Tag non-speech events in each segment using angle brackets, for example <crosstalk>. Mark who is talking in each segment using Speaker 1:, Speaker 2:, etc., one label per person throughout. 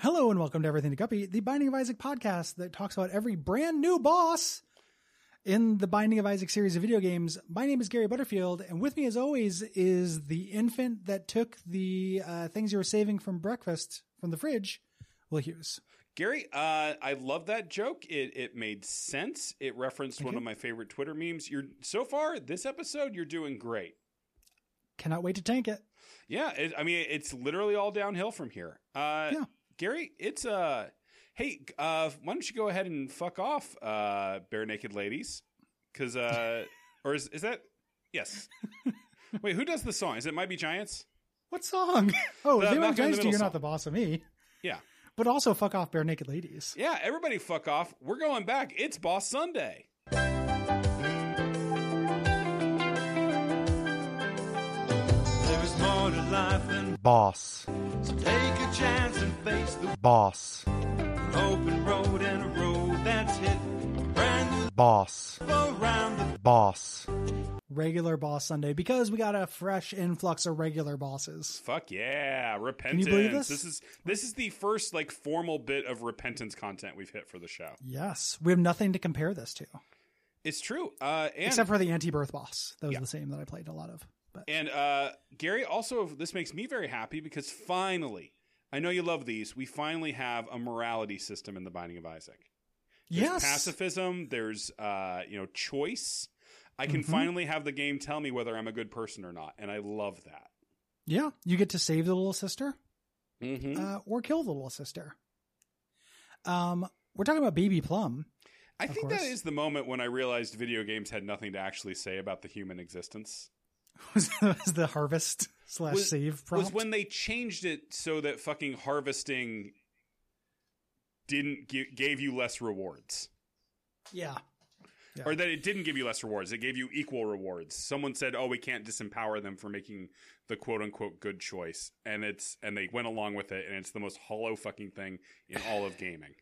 Speaker 1: Hello and welcome to Everything to Guppy, the Binding of Isaac podcast that talks about every brand new boss in the Binding of Isaac series of video games. My name is Gary Butterfield, and with me, as always, is the infant that took the uh, things you were saving from breakfast from the fridge, Will Hughes.
Speaker 2: Gary, uh, I love that joke. It it made sense. It referenced one of my favorite Twitter memes. You're so far this episode, you're doing great.
Speaker 1: Cannot wait to tank it.
Speaker 2: Yeah, it, I mean it's literally all downhill from here. Uh,
Speaker 1: Yeah.
Speaker 2: Gary, it's uh, hey, uh, why don't you go ahead and fuck off, uh, bare naked ladies? Because uh, or is is that yes? Wait, who does the song? Is it Might Be Giants?
Speaker 1: What song? <laughs> Oh,
Speaker 2: The
Speaker 1: they were
Speaker 2: Malcolm in the
Speaker 1: guys to
Speaker 2: Middle
Speaker 1: You're
Speaker 2: song.
Speaker 1: Not the Boss of Me,
Speaker 2: Yeah,
Speaker 1: but also fuck off bare naked ladies.
Speaker 2: yeah. Everybody, fuck off. We're going back. It's Boss Sunday.
Speaker 3: There is more to life than
Speaker 4: Boss.
Speaker 3: so take a chance and face the
Speaker 4: Boss.
Speaker 3: open road and a road that's hit. Brand new
Speaker 4: Boss.
Speaker 3: around the
Speaker 4: Boss.
Speaker 1: Regular Boss Sunday, because we got a fresh influx of regular bosses.
Speaker 2: Fuck yeah, repentance.
Speaker 1: you believe this?
Speaker 2: This is this is the first like formal bit of repentance content we've hit for the show.
Speaker 1: Yes, we have nothing to compare this to.
Speaker 2: It's true. Uh, and
Speaker 1: except for the anti-birth boss. That was
Speaker 2: Yeah.
Speaker 1: the same that I played a lot of. But
Speaker 2: and uh, Gary, also this makes me very happy because finally, I know you love these. We finally have a morality system in the Binding of Isaac. There's
Speaker 1: yes,
Speaker 2: pacifism. There's uh, you know choice. I can
Speaker 1: Mm-hmm.
Speaker 2: finally have the game tell me whether I'm a good person or not, and I love that.
Speaker 1: yeah, you get to save the little sister
Speaker 2: Mm-hmm.
Speaker 1: uh, or kill the little sister. Um, we're talking about Baby Plum. <laughs>
Speaker 2: I
Speaker 1: of
Speaker 2: think that
Speaker 1: course.
Speaker 2: is the moment when I realized video games had nothing to actually say about the human existence.
Speaker 1: Was, was the harvest slash
Speaker 2: was-
Speaker 1: save prompt?
Speaker 2: was when they changed it so that fucking harvesting didn't gi- gave you less rewards
Speaker 1: yeah, Yeah.
Speaker 2: or that it didn't give you less rewards it gave you equal rewards someone said oh we can't disempower them for making the quote unquote good choice and it's and they went along with it and it's the most hollow fucking thing in all
Speaker 1: <sighs>
Speaker 2: of gaming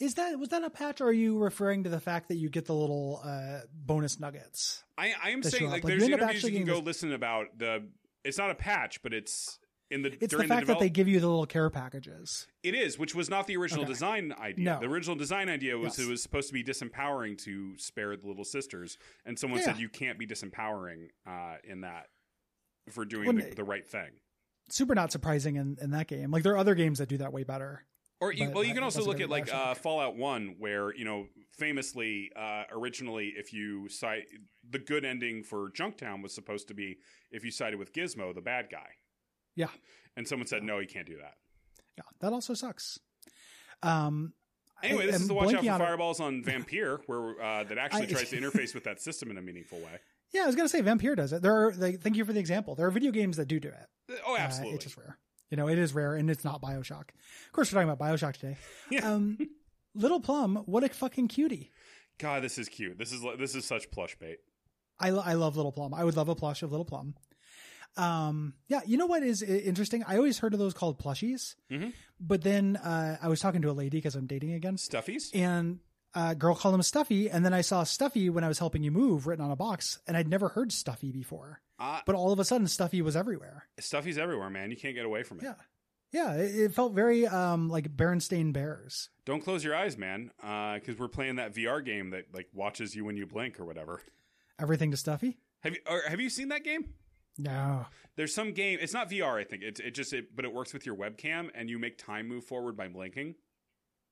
Speaker 1: is that was that a patch? Or are you referring to the fact that you get the little uh, bonus nuggets?
Speaker 2: i i am
Speaker 1: That's
Speaker 2: saying
Speaker 1: right.
Speaker 2: like
Speaker 1: Like,
Speaker 2: there's
Speaker 1: you end up
Speaker 2: interviews you
Speaker 1: actually
Speaker 2: can go
Speaker 1: getting
Speaker 2: listen about the it's not a patch but it's in the
Speaker 1: It's
Speaker 2: during
Speaker 1: the fact that they
Speaker 2: develop-
Speaker 1: give you the little care packages.
Speaker 2: It is, which was not the original
Speaker 1: Okay.
Speaker 2: design idea.
Speaker 1: No.
Speaker 2: The original design idea was
Speaker 1: Yes.
Speaker 2: it was supposed to be disempowering to spare the little sisters, and someone said
Speaker 1: Yeah.
Speaker 2: you can't be disempowering uh, in that for doing
Speaker 1: When
Speaker 2: the,
Speaker 1: they-
Speaker 2: the right thing.
Speaker 1: Super not surprising in, in that game. Like there are other games that do that way better.
Speaker 2: Or you,
Speaker 1: But
Speaker 2: well, you
Speaker 1: that-
Speaker 2: can
Speaker 1: that
Speaker 2: also
Speaker 1: wasn't
Speaker 2: look
Speaker 1: very
Speaker 2: at like
Speaker 1: rational.
Speaker 2: uh, Fallout One, where you know famously, uh, originally, if you side the good ending for Junktown was supposed to be if you sided with Gizmo, the bad guy,
Speaker 1: Yeah.
Speaker 2: and someone said no, you can't do that.
Speaker 1: Yeah, that also sucks. Um,
Speaker 2: Anyway, this
Speaker 1: I'm
Speaker 2: is the watch out
Speaker 1: blanking
Speaker 2: for
Speaker 1: on it.
Speaker 2: fireballs on Vampire, where uh, that
Speaker 1: <laughs>
Speaker 2: actually
Speaker 1: I-
Speaker 2: tries to interface with that system in a meaningful way.
Speaker 1: Yeah, I was gonna say Vampire does it. There are like, thank you for the example. There are video games that do do it.
Speaker 2: Oh,
Speaker 1: Uh,
Speaker 2: absolutely.
Speaker 1: it's just rare. You know, it is rare, and it's not Bioshock. Of course, we're talking about Bioshock today.
Speaker 2: <laughs> Yeah.
Speaker 1: Um, Little Plum, what a fucking cutie!
Speaker 2: God, this is cute. This is this is such plush bait.
Speaker 1: I lo- I love Little Plum. I would love a plush of Little Plum. Um, yeah, you know what is i- interesting? I always heard of those called plushies,
Speaker 2: Mhm.
Speaker 1: but then uh, I was talking to a lady because I'm dating again,
Speaker 2: Stuffies.
Speaker 1: and a girl called him Stuffy, and then I saw Stuffy when I was helping you move written on a box, and I'd never heard Stuffy before,
Speaker 2: Uh,
Speaker 1: but all of a sudden Stuffy was everywhere.
Speaker 2: Stuffies everywhere, man. You can't get away from it.
Speaker 1: Yeah. Yeah, it, it felt very um like Berenstain Bears.
Speaker 2: Don't close your eyes, man, because we're playing that VR game that like watches you when you blink or whatever.
Speaker 1: Everything to Stuffy?
Speaker 2: Have you or have you seen that game?
Speaker 1: No.
Speaker 2: There's some game. It's not VR, I think. It's it just it, but it works with your webcam and you make time move forward by blinking.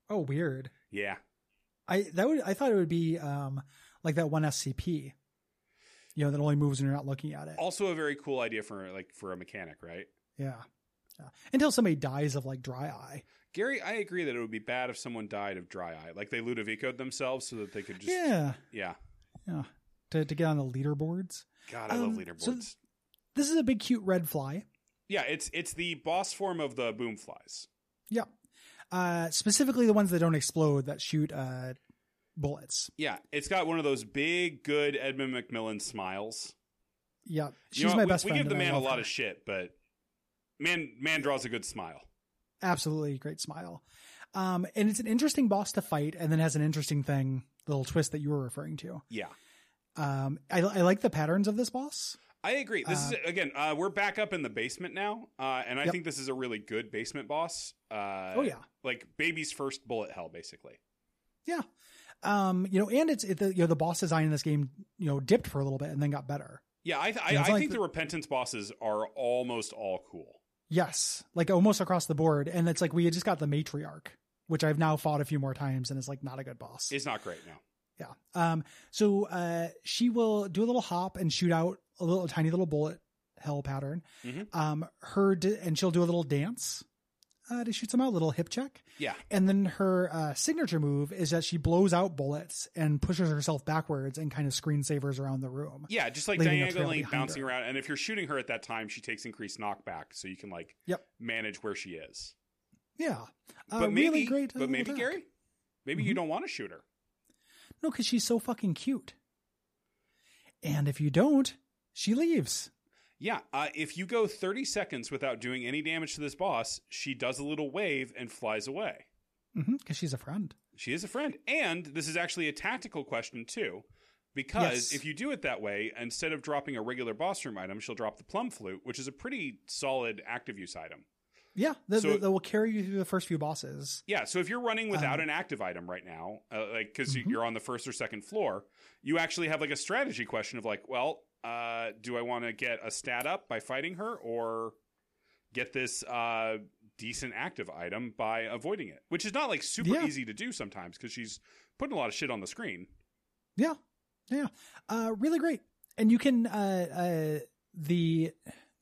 Speaker 1: Oh, weird.
Speaker 2: Yeah,
Speaker 1: I that would I thought it would be um like that one SCP. You know, that only moves when you're not looking at it.
Speaker 2: also a very cool idea for like for a mechanic, right?
Speaker 1: Yeah. yeah. Until somebody dies of like dry eye.
Speaker 2: Gary, I agree that it would be bad if someone died of dry eye, like they Ludovico'd themselves so that they could just
Speaker 1: yeah.
Speaker 2: yeah.
Speaker 1: Yeah. To to get on the leaderboards.
Speaker 2: God, I love
Speaker 1: Um,
Speaker 2: leaderboards.
Speaker 1: so- This is a big cute red fly.
Speaker 2: Yeah, it's it's the boss form of the boom flies.
Speaker 1: Yeah. Uh specifically the ones that don't explode that shoot uh bullets.
Speaker 2: Yeah, it's got one of those big, good Edmund McMillan smiles.
Speaker 1: Yeah. She's
Speaker 2: You know,
Speaker 1: my
Speaker 2: we,
Speaker 1: best
Speaker 2: we
Speaker 1: friend.
Speaker 2: give the
Speaker 1: and I
Speaker 2: man a
Speaker 1: love
Speaker 2: lot
Speaker 1: her.
Speaker 2: of shit, but man, man draws a good smile.
Speaker 1: absolutely great smile. Um, and it's an interesting boss to fight, and then has an interesting thing, little twist that you were referring to.
Speaker 2: Yeah,
Speaker 1: Um, I, I like the patterns of this boss.
Speaker 2: I agree. This is
Speaker 1: Uh,
Speaker 2: again. Uh, we're back up in the basement now, uh, and I
Speaker 1: Yep.
Speaker 2: think this is a really good basement boss. Uh,
Speaker 1: oh yeah,
Speaker 2: like baby's first bullet hell, basically.
Speaker 1: um, you know, and it's it, the you know the boss design in this game you know dipped for a little bit and then got better.
Speaker 2: Yeah, I, th- I,
Speaker 1: Yeah,
Speaker 2: I
Speaker 1: it's like
Speaker 2: think
Speaker 1: the-
Speaker 2: the repentance bosses are almost all cool.
Speaker 1: Yes, like almost across the board, and it's like we had just got the matriarch, which I've now fought a few more times, and it's like not a good boss.
Speaker 2: It's not great now.
Speaker 1: Yeah. Um. So uh, she will do a little hop and shoot out a little tiny little bullet hell pattern.
Speaker 2: Mhm.
Speaker 1: Um. Her d- and she'll do a little dance uh, to shoot some out, little hip check,
Speaker 2: Yeah,
Speaker 1: and then her uh, signature move is that she blows out bullets and pushes herself backwards and kind of screensavers around the room.
Speaker 2: yeah, just like
Speaker 1: Leaving a trail
Speaker 2: diagonally
Speaker 1: behind
Speaker 2: bouncing
Speaker 1: her.
Speaker 2: around, and if you're shooting her at that time, she takes increased knockback, so you can like
Speaker 1: Yep.
Speaker 2: manage where she is.
Speaker 1: Yeah. Uh,
Speaker 2: but maybe,
Speaker 1: really great.
Speaker 2: but
Speaker 1: little
Speaker 2: maybe
Speaker 1: attack.
Speaker 2: Gary, maybe
Speaker 1: Mm-hmm.
Speaker 2: you don't want to shoot her.
Speaker 1: No, because she's so fucking cute. And if you don't, she leaves.
Speaker 2: Yeah, uh, if you go 30 seconds without doing any damage to this boss, she does a little wave and flies away.
Speaker 1: Because Mm-hmm. she's a friend.
Speaker 2: She is a friend. And this is actually a tactical question, too, because
Speaker 1: Yes.
Speaker 2: if you do it that way, instead of dropping a regular boss room item, she'll drop the plum flute, which is a pretty solid active use item.
Speaker 1: Yeah, that,
Speaker 2: So-
Speaker 1: that- that will carry you through the first few bosses.
Speaker 2: Yeah, so if you're running without
Speaker 1: Um,
Speaker 2: an active item right now, uh, like because
Speaker 1: Mm-hmm.
Speaker 2: you're on the first or second floor, you actually have like a strategy question of like, well, uh, do I want to get a stat up by fighting her or get this uh, decent active item by avoiding it? Which is not like super
Speaker 1: Yeah.
Speaker 2: easy to do sometimes because she's putting a lot of shit on the screen.
Speaker 1: Yeah, yeah, uh, really great. And you can uh, uh, the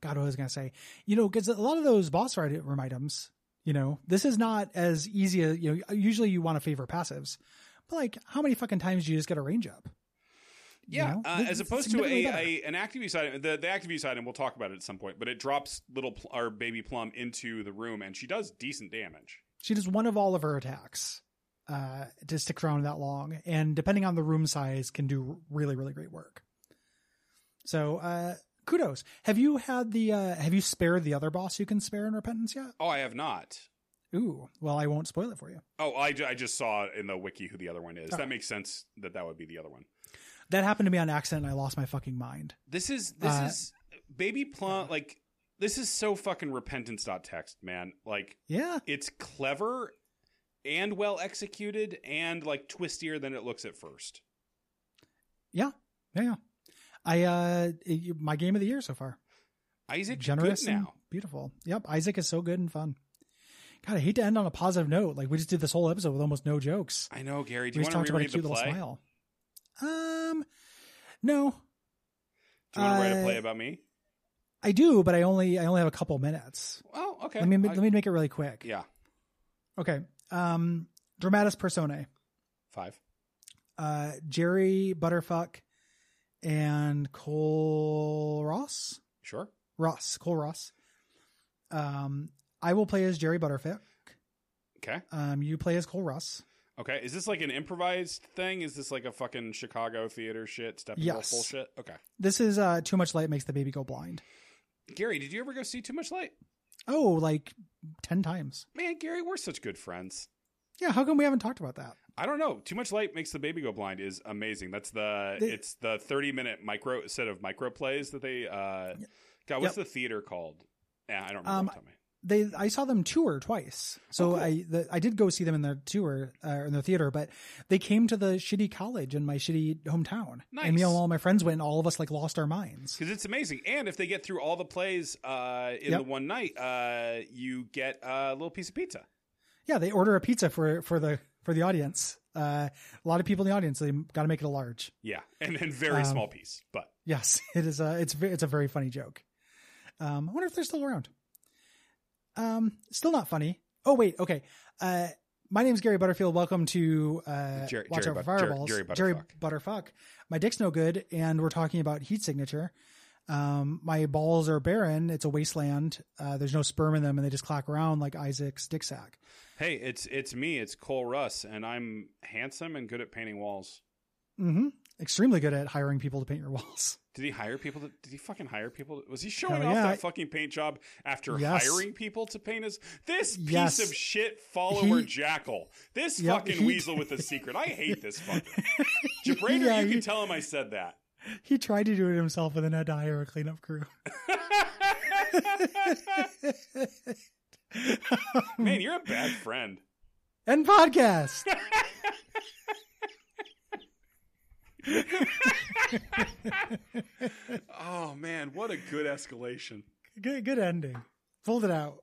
Speaker 1: God, what was I gonna say? You know, because a lot of those boss fight room items, you know, this is not as easy. As, you know, usually you want to favor passives, but like, how many fucking times do you just get a range up? You
Speaker 2: Yeah,
Speaker 1: know?
Speaker 2: uh,
Speaker 1: This-
Speaker 2: as
Speaker 1: it's
Speaker 2: opposed to a,
Speaker 1: significantly better.
Speaker 2: a an active use item, the, the active use item we'll talk about it at some point, but it drops little pl- our baby plum into the room and she does decent damage.
Speaker 1: she does one of all of her attacks uh, to stick around that long, and depending on the room size, can do really really great work. So uh, kudos. Have you had the? Uh, have you spared the other boss you can spare in Repentance yet?
Speaker 2: Oh, I have not.
Speaker 1: Ooh, well, I won't spoil it for you.
Speaker 2: Oh, I, ju- I just saw in the wiki who the other one is.
Speaker 1: Oh.
Speaker 2: That makes sense that that would be the other one.
Speaker 1: That happened to me on accident and I lost my fucking mind.
Speaker 2: This is this
Speaker 1: Uh,
Speaker 2: is baby plum like this is so fucking repentance.txt, man. Like
Speaker 1: Yeah.
Speaker 2: it's clever and well executed and like twistier than it looks at first.
Speaker 1: Yeah. yeah. I, uh, it- my game of the year so far.
Speaker 2: Isaac
Speaker 1: Generous
Speaker 2: generous
Speaker 1: and
Speaker 2: now.
Speaker 1: beautiful. Yep. Isaac is so good and fun. God, I hate to end on a positive note. Like we just did this whole episode with almost no jokes.
Speaker 2: I know, Gary.
Speaker 1: we
Speaker 2: Do you
Speaker 1: just
Speaker 2: want to
Speaker 1: about a
Speaker 2: reread the
Speaker 1: cute little
Speaker 2: play?
Speaker 1: smile. Um, no,
Speaker 2: Do you want to write a
Speaker 1: Uh,
Speaker 2: play about me?
Speaker 1: I do, but I only, I only have a couple minutes.
Speaker 2: Oh, okay.
Speaker 1: Let me,
Speaker 2: I-
Speaker 1: let me make it really quick.
Speaker 2: yeah,
Speaker 1: Okay. Um, Dramatis Personae.
Speaker 2: five.
Speaker 1: uh, Jerry Butterfuck and Cole Ross.
Speaker 2: Sure.
Speaker 1: Ross, Cole Ross. Um, I will play as Jerry Butterfuck.
Speaker 2: Okay.
Speaker 1: Um, you play as Cole Ross.
Speaker 2: Okay. Is this like an improvised thing? Is this like a fucking Chicago theater shit, Steppenwolf
Speaker 1: Yes.
Speaker 2: bullshit? Okay.
Speaker 1: This is uh, too much light makes the baby go blind.
Speaker 2: Gary, did you ever go see Too Much Light?
Speaker 1: Oh, like ten times.
Speaker 2: Man, Gary, we're such good friends.
Speaker 1: Yeah, how come we haven't talked about that?
Speaker 2: I don't know. Too much light makes the baby go blind is amazing. That's the
Speaker 1: They-
Speaker 2: it's the thirty minute micro set of micro plays that they uh God, what's the theater called? Yeah, I don't remember.
Speaker 1: Um,
Speaker 2: off the top of my-
Speaker 1: They, I saw them tour twice, so
Speaker 2: Oh, cool.
Speaker 1: I the, I did go see them in their tour uh, in their theater. But they came to the shitty college in my shitty hometown, and me
Speaker 2: Nice.
Speaker 1: and all my friends went. And all of us like lost our minds.
Speaker 2: Because it's amazing. And if they get through all the plays uh in
Speaker 1: Yep.
Speaker 2: the one night, uh you get a little piece of pizza.
Speaker 1: Yeah, they order a pizza for for the for the audience. Uh, a lot of people in the audience. So they got to make it a large.
Speaker 2: Yeah. <laughs> And and very
Speaker 1: Um,
Speaker 2: small piece. But
Speaker 1: Yes, <laughs> it is. A, it's ve- it's a very funny joke. Um, I wonder if they're still around. Um, still not funny. Oh wait, okay. Uh, my name's Gary Butterfield. Welcome to uh,
Speaker 2: Jerry-
Speaker 1: Watch
Speaker 2: Jerry
Speaker 1: Out for
Speaker 2: But- Jerry-
Speaker 1: Fireballs.
Speaker 2: Jerry
Speaker 1: Butterfuck. My dick's no good, and we're talking about heat signature. Um, my balls are barren. It's a wasteland. Uh, there's no sperm in them, and they just clack around like Isaac's dick sack.
Speaker 2: hey, it's it's me, it's Cole Russ, and I'm handsome and good at painting walls.
Speaker 1: hmm Extremely good at hiring people to paint your <laughs> walls.
Speaker 2: Did he hire people? To, did he fucking hire people? To, was he showing
Speaker 1: Hell
Speaker 2: off
Speaker 1: yeah.
Speaker 2: that fucking paint job after
Speaker 1: Yes.
Speaker 2: hiring people to paint his? This piece
Speaker 1: Yes.
Speaker 2: of shit follower
Speaker 1: He-
Speaker 2: jackal. This
Speaker 1: Yep,
Speaker 2: fucking
Speaker 1: he <laughs>
Speaker 2: weasel with a secret. I hate this fucking. Jabrader,
Speaker 1: Yeah,
Speaker 2: you can
Speaker 1: he-
Speaker 2: tell him I said that.
Speaker 1: He tried to do it himself and then had to hire a cleanup crew. <laughs>
Speaker 2: Man, you're a bad friend.
Speaker 1: End podcast.
Speaker 2: Oh man, what a good escalation. Oh,
Speaker 1: good, good ending. Pulled it out.